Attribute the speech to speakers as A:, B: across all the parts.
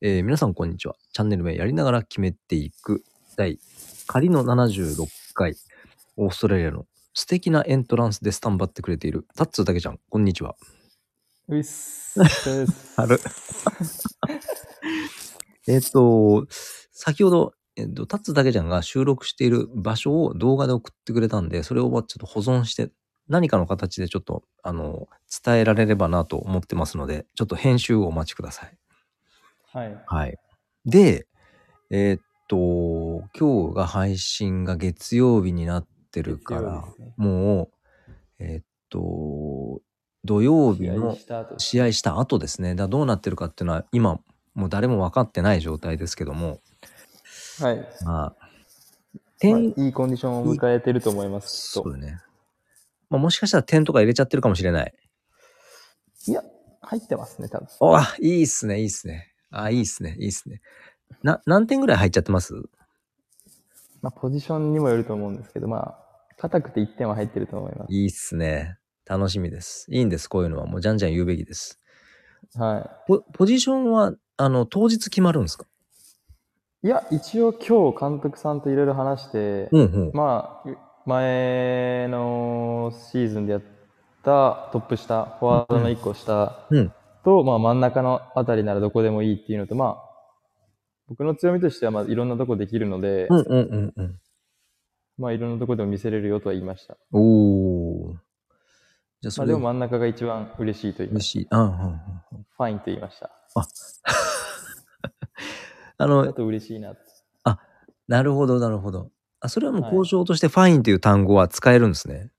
A: えー皆さんこんにちは。チャンネル名やりながら決めていく第仮の76回オーストラリアの素敵なエントランスでスタンバってくれているタッツーだけちゃん、こんにちは。
B: うい っす。です
A: ある。 えっと、先ほど、えっと、タッツだけじゃんが収録している場所を動画で送ってくれたんで、それをちょっと保存して、何かの形でちょっと、あの、伝えられればなと思ってますので、ちょっと編集をお待ちください。
B: はい。
A: はい。で、えっと、今日が配信が月曜日になってるか
B: 月曜
A: ら
B: 日、ですね
A: もう、えっと、土曜日の
B: 試合した後
A: 試合した後ですね、だからどうなってるかっていうのは、今、もう誰も分かってない状態ですけども、
B: はい、
A: まあ、
B: まあ
A: 点、
B: いいコンディションを迎えてると思います。き
A: そ
B: っ
A: う
B: と
A: だね。まあ、もしかしたら点とか入れちゃってるかもしれない。
B: いや、入ってますね、多分。
A: おあ、いいっすね、いいっすね。あ、いいっすね、いいっすね。な、何点ぐらい入っちゃってます
B: まあ、ポジションにもよると思うんですけど、まあ、硬くて1点は入ってると思いま
A: いいっすね。楽しみです。いいんです、こういうのは。もうじゃんじゃん言うべきです。
B: す。は
A: ポポジションは、あの、当日決まるんですか
B: い。いや、一応今日監督さんといろいろ話して、
A: うんうん。
B: まあ、前のシーズンでやったトップ下、フォワードの1個下
A: うん
B: と、まあ、真ん中のあたりならどこでもいいっていうのと、まあ、僕の強みとしては、まあ、いろんなとこできるので、
A: うんうんうんうん。
B: まあ、いろんなとこでも見せれるよとは言いました。
A: おー。じゃあ、
B: ま
A: そ
B: あ、
A: れ
B: で
A: を
B: も真ん中が一番嬉しいと言いま
A: 嬉
B: し
A: しい。あ、うんうんうん。
B: た。ファインと言いました。
A: あ
B: あ
A: の、
B: と嬉しいなって。
A: なるほど、なるほど。あ、それはもう
B: はい
A: 交渉としてファインという単語は使えるんですね。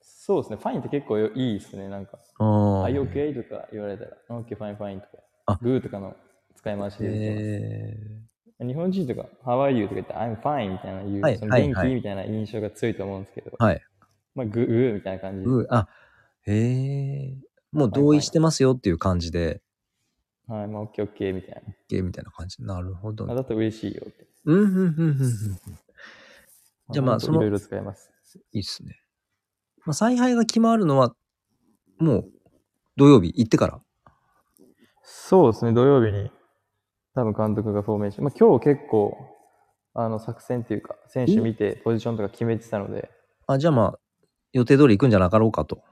B: そうですね、ファインって結構よいいですね、なんか。
A: ああ。
B: I OK とか言われたら、OK、ファイン、ファインと
A: あ
B: か、グーとかの使い回しで言うと
A: え
B: 日本人とか、How are you? とか言って、I'm fine みたいな言う、
A: はい
B: その
A: はい
B: 元気、
A: はい
B: みたいな印象が強いと思うんですけど、
A: ー、はい。
B: まあ、グーグーみたいな感じで、
A: うあ、へえもう同意してますよっていう感じで、
B: はい、まあ、OK、OK みたい
A: OK みたいな感じ。なるほど。う
B: な。あ
A: ん、
B: だと嬉しいよって。
A: うん、うん、うんうん。じゃあまあその
B: いろいろ使います。
A: いいっすね。まあ、采配が決まるのは、もう、土曜日行ってから。
B: そうですね、土曜日に、多分監督がフォーメーション、まあ、今日結構、あの作戦っていうか、選手見て、ポジションとか決めてたので、
A: あ、じゃあまあ、予定通り行くんじゃなかろうかと。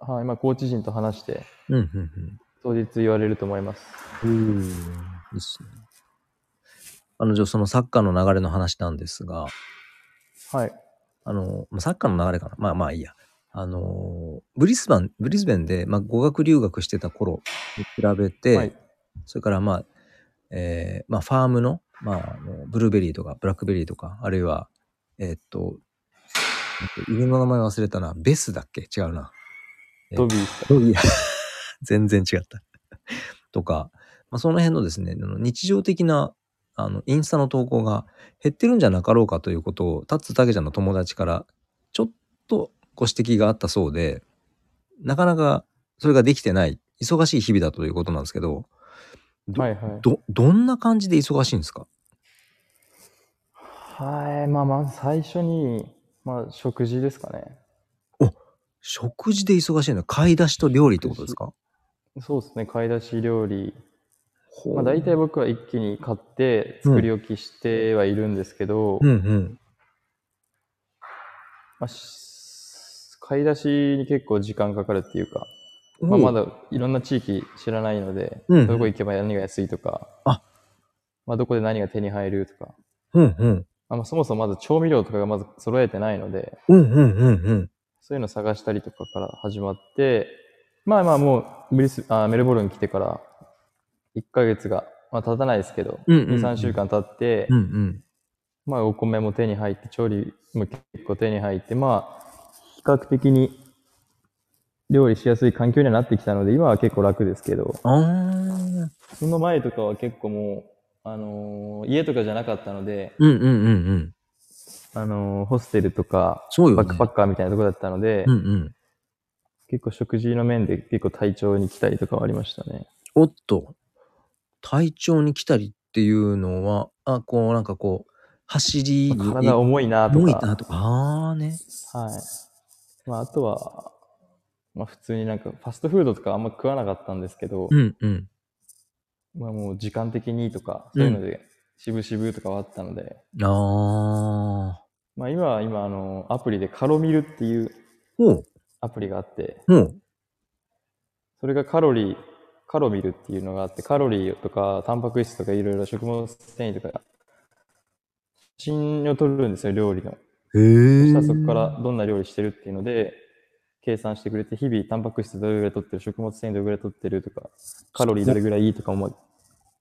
B: はい、まあ、コーチ陣と話して、
A: うん、うん、
B: 当日言われると思います。
A: うん。いいっすね。あの、じゃあそのサッカーの流れの話なんですが、
B: はい。
A: あの、まあ、サッカーの流れかな。まあまあいいや。あのー、ブリスバン、ブリスベンで、まあ、語学留学してた頃に比べて、
B: はい、
A: それからまあ、えーまあ、ファームの、まあ、あのブルーベリーとか、ブラックベリーとか、あるいは、えーっと、犬の名前忘れたな。ベスだっけ違うな。え
B: ドビーですか
A: ロギア 全然違った。とか、まあ、その辺のですね、あの日常的なあのインスタの投稿が減ってるんじゃなかろうかということを、タッツタケちゃんの友達からちょっとご指摘があったそうで、なかなかそれができてない、忙しい日々だということなんですけど、ど、
B: はいはい。
A: どどんな感じで忙しいんですか
B: はい、まあまあ、最初に、まあ、食事ですかね。
A: 食事で忙しいの買い出しと料理ってことですか
B: そうですね、買い出し料理。
A: ほう
B: まあ、大体僕は一気に買って、作り置きしてはいるんですけど、
A: うんうん。
B: まあ、し買い出しに結構時間かかるっていうか、ま
A: お
B: あ、
A: う
B: まだいろんな地域知らないので、
A: うん
B: どこ行けば何が安いとか、
A: あ
B: まあ、どこで何が手に入るとか、
A: うんうん。
B: あまあ、そもそもまず調味料とかがまず揃えてないので、
A: うんうんうんうん。
B: そういうの探したりとかから始まって、まあまあもうブリスあメルボルン来てから1ヶ月が、まあ、経たないですけど、
A: うんうんうん
B: 2、3週間経って、
A: うんうん。
B: まあお米も手に入って、調理も結構手に入って、まあ比較的に料理しやすい環境にはなってきたので、今は結構楽ですけど、
A: あー
B: その前とかは結構もう、あのー家とかじゃなかったので、
A: うんうんうんうん。
B: あのーホステルとか、
A: そうよね。
B: バックパッカーみたいなとこだったので、
A: うんうん。
B: 結構食事の面で結構体調に来たりとかはありましたね。
A: おっと、体調に来たりっていうのは、あ、こう、なんかこう、走りに、
B: 体重いなと
A: 重い
B: か。
A: なとか、あーね。
B: はい。まあ、あとは、まあ普通になんかファストフードとかあんま食わなかったんですけど、
A: うんうん。
B: まあもう時間的にとか、そういうので、渋々とかはあったので、
A: ああ。
B: まあ今は今、あの、アプリでカロミルっていう
A: ほう、
B: アプリがあって、
A: ほう。
B: それがカロリー、カロミルっていうのがあって、カロリーとかタンパク質とかいろいろ食物繊維とか、写真を撮るんですよ、料理の。
A: へえ。
B: そしたらそこからどんな料理してるっていうので、計算してくれて、日々タンパク質どれぐらい取ってる、食物繊維どれぐらい取ってるとか、カロリーどれぐらいいいとかも、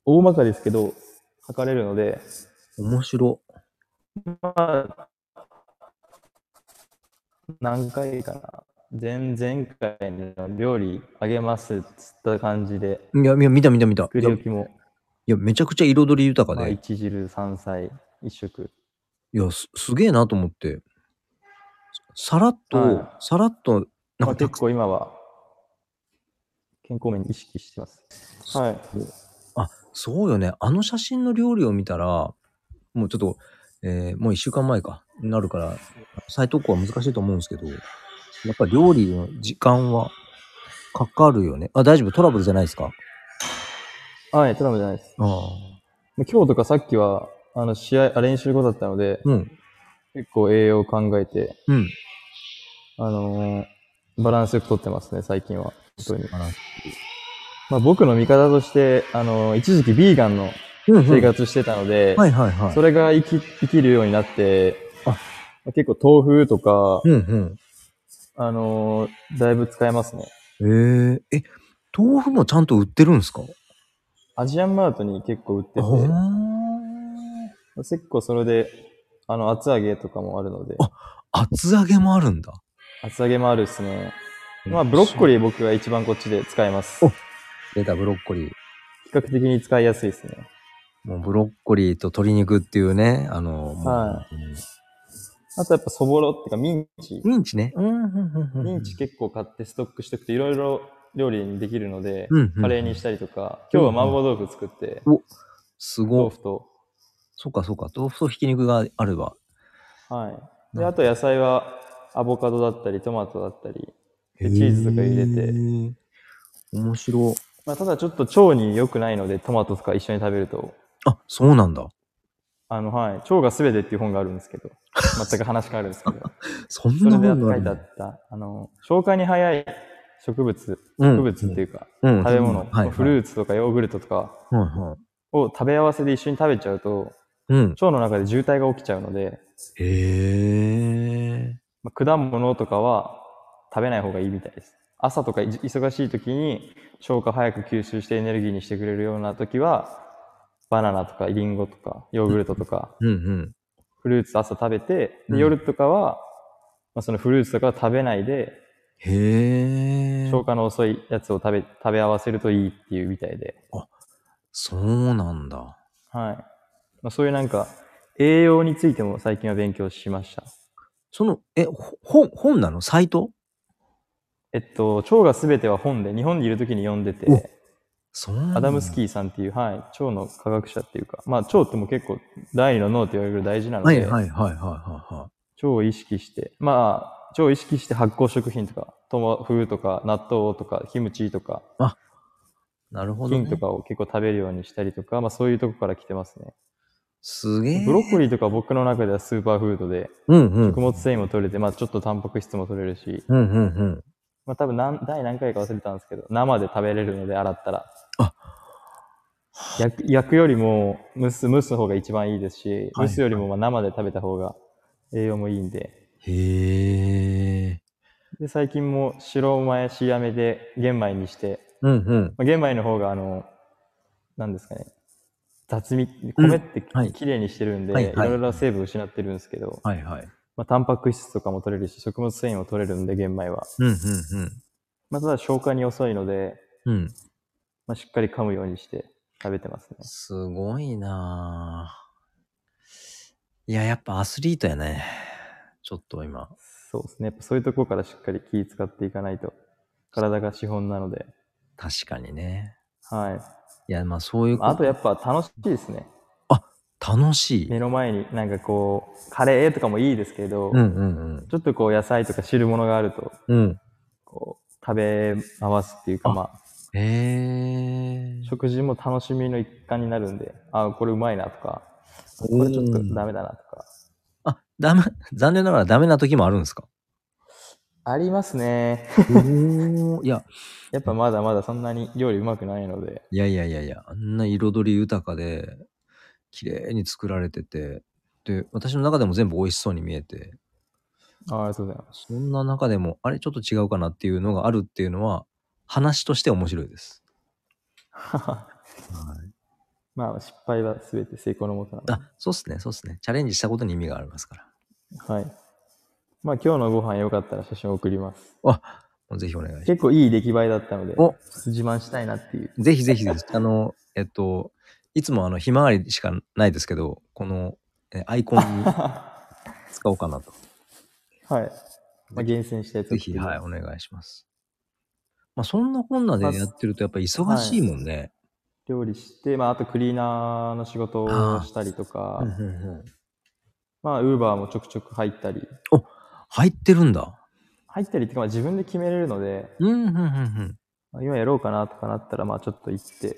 B: 大まかですけど、測れるので、
A: 面白。
B: まあ、何回かな。前前回の料理あげますっつった感じで、
A: いや、いや見た見た見た。
B: 作
A: い
B: り
A: や、
B: 置
A: い
B: きも、
A: やめちゃくちゃ彩り豊か
B: まあ、
A: で。い
B: 一汁三菜、一食。
A: や、すすげえなと思って。さらっと
B: は、
A: さらっと、なん
B: ま
A: か
B: あ、
A: た
B: 結
A: くさん
B: 構今は、健康面に意識してます。はい。
A: そうよね。あの写真の料理を見たら、もうちょっと、えーもう一週間前か、なるから、再投稿は難しいと思うんですけど、やっぱ料理の時間はかかるよね。あ、大丈夫トラブルじゃないですか
B: はい、トラムじゃないです。
A: ああ。
B: 今日とかさっきは、あの、試合、あ練習後だったので、
A: うん、
B: 結構栄養を考えて、
A: うん。
B: あのーバランスよくとってますね、最近は。本当に。
A: あら
B: まあ、僕の味方として、あのー一時期ビーガンの
A: うん、うん。
B: 生活してたので、
A: はいはいはい。
B: それが生き、生きるようになって、
A: あ
B: 結構豆腐とか、
A: うん、
B: あのーだいぶ使えますね。
A: うん。えー、え、豆腐もちゃんと売ってるんですか
B: アジアンマートに結構売って
A: あー
B: て、結構それで、あの、厚揚げとかもあるので、
A: 厚揚げもあるんだ。
B: 厚揚げもあるですね。まあ、ブロッコ
A: リー。
B: リー僕が一番こっちで使います。
A: お
B: 比
A: 出たブロッコリー。
B: 較的に使いやすいですね。
A: もうブロッコリーと鶏肉っていうね、あの、もう
B: はあとやっぱそぼろっていうかミンチ。
A: ミンチね。うん、うん、うん。
B: ミンチ結構買ってストックしておくといろいろ料理にできるので、
A: うんうん
B: カレーにしたりとか、今日は麻婆豆腐作って、
A: す
B: 豆
A: ごい。
B: 腐と、
A: そうかそうか。豆腐とひき肉があれば。
B: はい。
A: う
B: で、
A: ん
B: あと野菜はアボカドだったり、トマトだったり、でチーズとか入れて
A: へー。面白い。
B: まあ、ただちょっと腸に良くないので、トマトとか一緒に食べると、
A: あ、そうなんだ。
B: あの、はい、腸が全てっていう本があるんですけど、全く話変わるんですけど、
A: そん
B: そ
A: な
B: れ
A: もの
B: で書
A: があ
B: い
A: る
B: てあ
A: の
B: った、あの、消化に早い植物、
A: うん
B: 植物っていうか、
A: うん
B: 食べ物、
A: はい。
B: フ
A: ー
B: ルーツとかヨーグルトとか
A: ツ。はいはい。
B: を食べ合わせで一緒に食べちゃうと、
A: うん。
B: 腸の中で渋滞が起きちゃうので、
A: へえ。
B: まあ、果物とかは食べない方がいいみたいです。朝とかい忙しい時に消化早く吸収してエネルギーにしてくれるような時は、バナナとかリンゴとかヨーグルトとか、
A: うんうん。
B: フルーツ朝食べて、
A: うん
B: で夜とかは、まあ、そのフルーツとかは食べないで、
A: へえ。
B: 消化の遅いやつを食べ、食べ合わせるといいっていうみたいで、
A: そうなんだ。
B: はい。まあ、そういうなんか、栄養についても最近は勉強しました。
A: その、え、ほ本、本なのサイト
B: えっと、腸がすべては本で、日本にいるときに読んで
A: お
B: て、
A: そうなんだ。
B: アダムスキーさんっていう、はい、腸の科学者っていうか、まあ腸ってもう結構第二の脳って言われるぐらい大事なの
A: は
B: で、
A: いはいはいはいはいはい。
B: 腸を意識して、まあ腸を意識して発酵食品とか、豆腐とか納豆とかキムチとか、
A: なるほど、
B: 菌と
A: ね。
B: かを結構食べるようにしたりとか、まあそういうとこから来てますね。
A: すげえ。
B: ブロッコリーとか僕の中ではスーパーフードで、
A: うんうん
B: 食。物繊維も取れて、まあちょっとタンパク質も取れるし、
A: うんうんうん。
B: まあ多分何第何回か忘れたんですけど、生で食べれるので洗ったら。
A: あ
B: 焼く焼くよりも蒸す、蒸す方が一番いいですし、
A: はい
B: 蒸すよりもまあ生で食べた方が栄養もいいんで。
A: へえ。
B: で、最近も白米、仕飴で玄米にして、
A: うんうん。
B: まあ、玄米の方があの、何ですかね、雑味、
A: うん
B: 米って
A: はい
B: きれいにしてるんで、
A: はい
B: い
A: はい
B: ろいろ成分失ってるんですけど、
A: はいはい。
B: まあ、タンパク質とかも取れるし、食物繊維も取れるんで、玄米は。
A: うんうん
B: まあ、ただ消化に遅いので、
A: うん。うん。
B: まあ、しっかり噛むようにして食べてますね。
A: すごいなあいや、やっぱアスリートやね。ちょっと今。
B: そうですね。やっぱそういうところからしっかり気使っていかないと、体が資本なので。
A: 確かにね。
B: はい。
A: いや、まあそういうこ
B: あとやっぱ楽しいですね。
A: 楽しい。
B: 目の前になんかこう、カレーとかもいいですけど、
A: うんうん
B: ちょっとこう野菜とか汁物があると、
A: うん。うん。
B: こう、食べ回すっていうか、
A: あ
B: まあ、
A: へえ。
B: 食事も楽しみの一環になるんで、あ、これうまいなとか、これちょっとダメだなとか。
A: あ、ダメ、 残念ながらダメな時もあるんです か
B: ありますね。
A: おーいや、
B: やっぱまだまだそんなに料理うまくないので、
A: いやいやいやいや、あんな彩り豊かで、綺麗に作られてて、で、私の中でも全部美味しそうに見えて、
B: あありがとうございます。
A: そんな中でも、あれちょっと違うかなっていうのがあるっていうのは、話として面白いです。はい、
B: まあ、失敗は全て成功のもとなので。
A: あ、そうっすね、そうっすね。チャレンジしたことに意味がありますから。
B: はい。まあ、今日のご飯よかったら写真送ります。
A: もうぜひお願いします。
B: 結構いい出来栄えだったので、
A: お
B: 自慢したいなっ ていう。
A: ぜひぜひです。あの、えっと、いつもあの、ひまわりしかないですけど、この、えアイコンに
B: は
A: 使おうかなと。
B: い。まあ、厳選したやつ
A: ぜひ、はい、
B: い。
A: お願いします。まあ、そんなこんなでやってると、やっぱ忙しいもんね。
B: 料理して、まあ、あとクリーナーの仕事をしたりとか、
A: うんうんうん
B: まあ、ウーバーもちょくちょく入ったり、
A: 入ってるんだ。
B: 入ったりっていうか、まあ、自分で決めれるので、
A: うん、うん、うん
B: まあ今やろうかなとかなったら、まあ、ちょっと行って、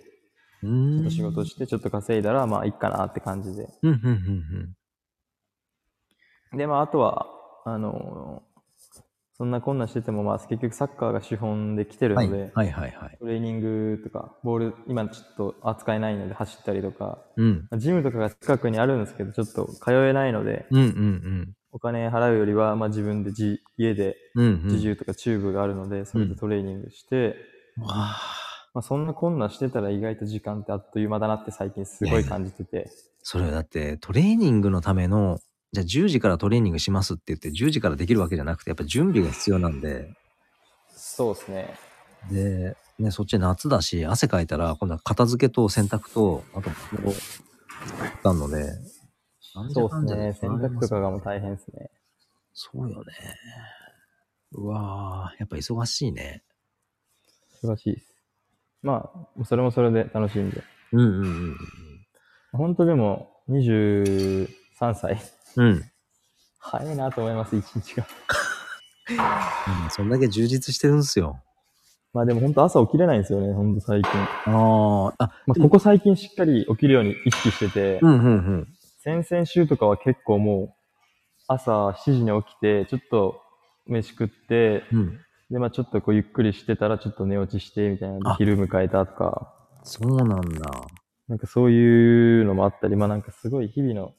A: うん、
B: ち
A: う
B: ょっ
A: ん。
B: と仕事して、ちょっと稼いだら、まあ、いっかなって感じで。
A: うん、うん、うん、うん。
B: で、まあ、あとは、あのそんなこんなしてても、まあ、結局サッカーが資本で来てる
A: はい、
B: ので、
A: はい、はい、はい。
B: トレーニングとか、ボール、今ちょっと扱えないので走ったりとか、
A: うん。
B: まあジムとかが近くにあるんですけど、ちょっと通えないので、
A: うん、うん、うん。
B: お金払うよりは、まあ、自分で自家で
A: うん、う
B: 自
A: ん。
B: 重とかチューブがあるので、それでトレーニングして、
A: わあ
B: まあ、そんなこんなしてたら意外と時間ってあっという間だなって最近すごい感じてて、
A: それはだって、トレーニングのための、じゃあ10時からトレーニングしますって言って、10時からできるわけじゃなくて、やっぱ準備が必要なんで、
B: そうですね。
A: で、ね、そっち夏だし、汗かいたら、今度は片付けと洗濯と、あと、こう、作ったので、
B: そうですね。洗濯とかがもう
A: 変。
B: 大変ですね。
A: そうよね。うわぁ、やっぱ忙しいね。
B: 忙しいです。まあ、それもそれで楽しいんで。
A: うんうんうん
B: 本当でも、23歳。
A: うん。うん。
B: 早いなと思います、一日が。
A: そんだけ充実してるんですよ。
B: まあでも本当朝起きれないんですよね、本当最近。
A: ああ、あ、
B: まあここ最近しっかり起きるように意識してて
A: う、んうんうん。
B: 先々週とかは結構もう朝7時に起きて、ちょっと飯食って、
A: うん。
B: でまあちょっとこうゆっくりしてたらちょっと寝落ちしてみたいな
A: あ
B: で昼迎えたとか、
A: そうなんだ。
B: なんかそういうのもあったり、まあなんかすごい日々の、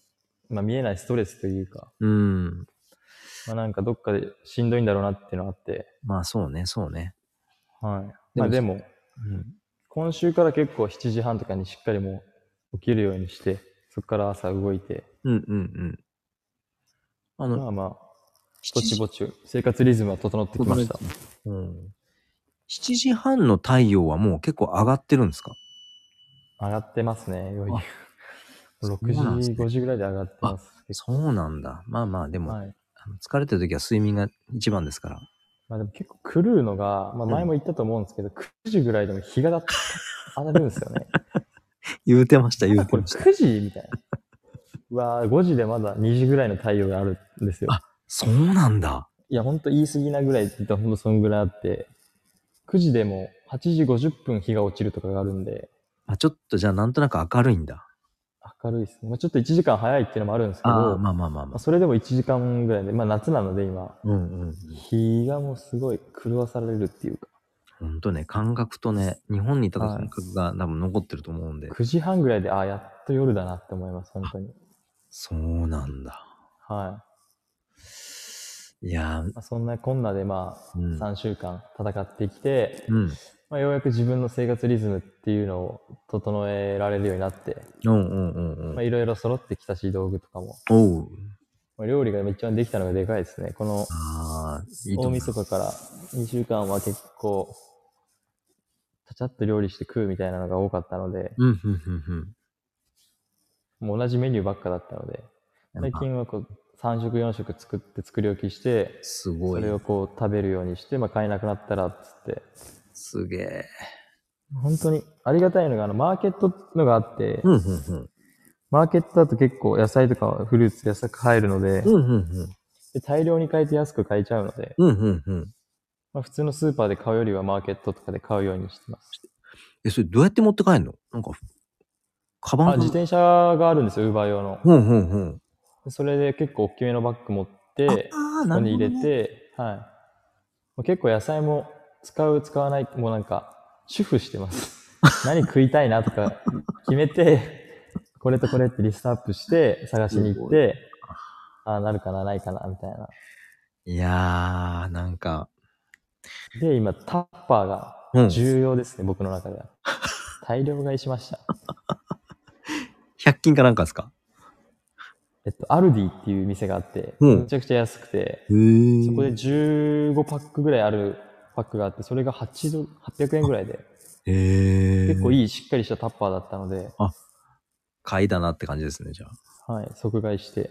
B: まあ見えないストレスというか、
A: うん。
B: まあなんかどっかでしんどいんだろうなっていうのがあって、
A: まあそうね、そうね。
B: はい。まあでも、
A: うん。
B: 今週から結構7時半とかにしっかりもう起きるようにして、そこから朝動いて、
A: うんうんうん。あの、
B: まあまあ、
A: 七
B: ぼちぼち生活リズムは整ってきました。
A: うん。7時半の太陽はもう結構上がってるんですか
B: 上がってますね、余裕
A: あ。そうなん
B: 6
A: です
B: 時、
A: ね
B: 5時ぐらいで上がってます。結
A: そうなんだ。まあまあ、で
B: 構
A: も、
B: はい。
A: あの疲れてる時は睡眠が一番ですから。
B: まあでも結構狂うのが、まあ前も言ったと思うんですけど、9時ぐらいでも日がだっ上がるんですよね。
A: 言うてました、言
B: あこれ。9時みたいな。うわー5時でまだ2時ぐらいの太陽があるんですよ。
A: あそうなんだ。
B: いや、ほんと言い過ぎなぐらいって言ったらほんとそんぐらいあって、9時でも8時50分日が落ちるとかがあるんで、
A: まあ、ちょっとじゃあなんとなく明るいんだ。
B: 明るいですね。まあ、ちょっと1時間早いっていうのもあるんですけど、
A: ああ、
B: ま
A: まあまあまあま
B: あ、
A: あ。
B: それでも1時間ぐらいで、まあ夏なので今、
A: うんうん。
B: 日がもうすごい狂わされるっていうか、
A: ほんとね、感覚とね、日本にいた時の感覚が多分残ってると思うんで。
B: 9時半ぐらいで、ああ、やっと夜だなって思います、本当に。
A: そうなんだ。
B: はい
A: やー
B: い。まあ、そんなこんなでまあ、
A: うん
B: 3週間戦ってきて、
A: うん。
B: まあ、ようやく自分の生活リズムっていうのを整えられるようになって、
A: うんうんうん
B: ま
A: う
B: あ、
A: ん。
B: いろいろ揃ってきたし、道具とかも。
A: おう。
B: まあ、料理が一番できたのがでかいですね。この
A: ああ、いいと
B: 大
A: 思う。
B: 晦日から2週間は結構、ちゃちゃっと料理して食うみたいなのが多かったので、
A: うんうんうん
B: もう同じメニューばっかだったので、
A: うん。
B: 最近はこう3食4食作って作り置きして、
A: すご
B: そ
A: い
B: れ。をこう食べるようにして、まあ、買えなくなったらっつって、
A: すげえ。
B: 本当にありがたいのが、あの、マーケットのがあって、
A: うんうん
B: マーケットだと結構野菜とかフルーツ安く入るので
A: うん。う、んうんうん。
B: で大量に買えて安く買えちゃうので、
A: うんうんうん。
B: まあ、普通のスーパーで買うよりはマーケットとかで買うようにしてます。
A: え、それどうやって持って帰んのなんか、カバン
B: あ
A: か
B: 自転車があるんですよ、ウーバー用の。
A: ほんほんほん。
B: それで結構大きめのバッグ持って、
A: ああ、
B: そ
A: な
B: こ
A: る
B: に
A: ほど、
B: 入れ
A: ね。
B: て、はい。もう結構野菜も使う、使わない、もうなんか、主婦して ます。何食いたいなとか決めて、これとこれってリストアップして探しに行って、ああ、なるかな、ないかな、みたいな。
A: いやー、なんか、
B: で、今、タッパーが
A: うん、100
B: 重要ですね、僕の中では。大量買いしました。
A: 均かなんかですか
B: えっと、アルディっていう店があって、
A: うん
B: めちゃくちゃ安くて、
A: へー
B: そこで15パックぐらいあるパックがあって、それが8ドル800円ぐらいで、
A: へ
B: 結構
A: い。
B: いいしっかりしたタッパーだったので、
A: 買いだなって感じですね、じゃあ。
B: はい、即買いして、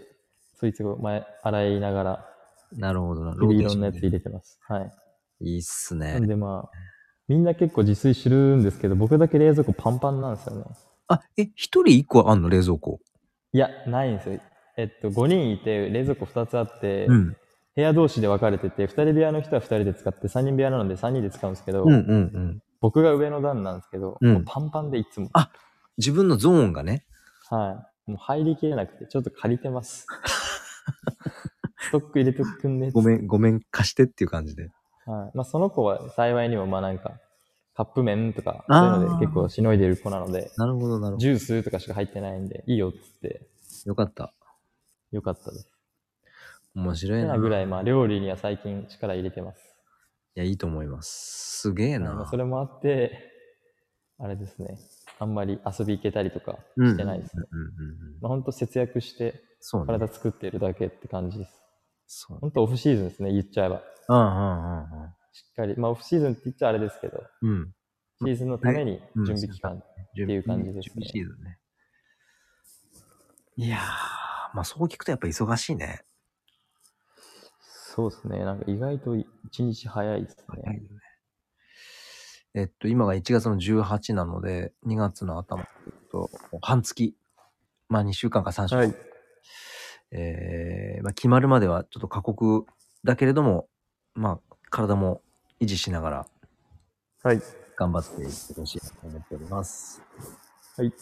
B: そいつを前、洗いながら、
A: なるほどな。
B: 日々いろんなや
A: ローテーショ
B: つ
A: ンで
B: 入れてます。はい。
A: いいっす
B: な
A: ね
B: ん。でまあ、みんな結構自炊するんですけど、僕だけ冷蔵庫パンパンなんですよね。
A: あ、え、一人一個あんの冷蔵庫。
B: いや、ないんですよ。えっと、5人いて、冷蔵庫2つあって、
A: うん。
B: 部屋同士で分かれてて、2人部屋の人は2人で使って、3人部屋なので3人で使うんですけど、
A: うんうんうん。
B: 僕が上の段なんですけど、
A: うん
B: もうパンパンでいつも。
A: 自分のゾーンがね。
B: はい。もう入りきれなくて、ちょっと借りて ます。ストック入れとくんねっつ
A: ご
B: って。
A: めん、ごめん、貸してっていう感じで。
B: はい。まあ、その子は幸いにも、まあなんか、カップ麺とか、そういう
A: あー
B: ので結構しのいでる子なので、
A: なるほど、なるほど。
B: ジュースとかしか入ってないんで、いいよっつって、
A: よかった。
B: よかったです。
A: 面白
B: て
A: いな。
B: ないぐらい、まあ料理には最近力入れてます。
A: や、いいと思います。すげえ
B: はいまあ
A: な
B: そ。れもあって、あれですね。あんまり遊び行けたりとか
A: うん
B: してないですね。
A: うんうんうん。
B: まあほんと節約して、
A: そうね。
B: 体作ってるだけって感じです。
A: そう。
B: ほんとオフシーズンですね、言っちゃえば。
A: うんうんうん
B: しっかり、まあ、オフシーズンって言っちゃあれですけど、
A: うん。うん。
B: シーズンのために
A: うん
B: 準備期間。
A: 準
B: っていう感じですね
A: 準備シーズンね。いやー、まあそう聞くとやっぱ忙しいね。
B: そうですね、なんか意外と一日早いです
A: 早い
B: ね。
A: よね。えっと、今が1月の18なので、2月の頭、えっと、半月。まあ2週間か3週間。
B: はい。
A: えーまあ、決まるまではちょっと過酷だけれども、まあ体も維持しながら
B: はい。
A: 頑張っていってほしいなと思っております。
B: はい。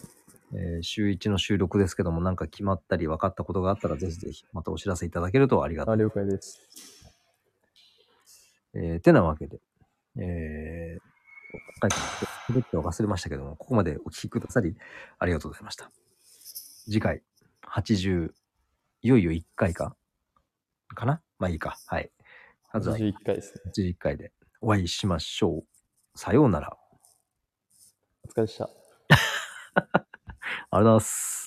A: えー週1の収録ですけども、なんか決まったり分かったことがあったら、ぜひぜひまたお知らせいただけるとありがたい
B: あ、了解です。
A: えーてなわけで、えー、今回滑っては忘れましたけども、ここまでお聞きくださり、ありがとうございました。次回、80、いよいよ1回かかなまあいいか。はい。まずは
B: 81回ですね。
A: 81回でお会いしましょう。さようなら。ありがと
B: お疲れでした。
A: うございます。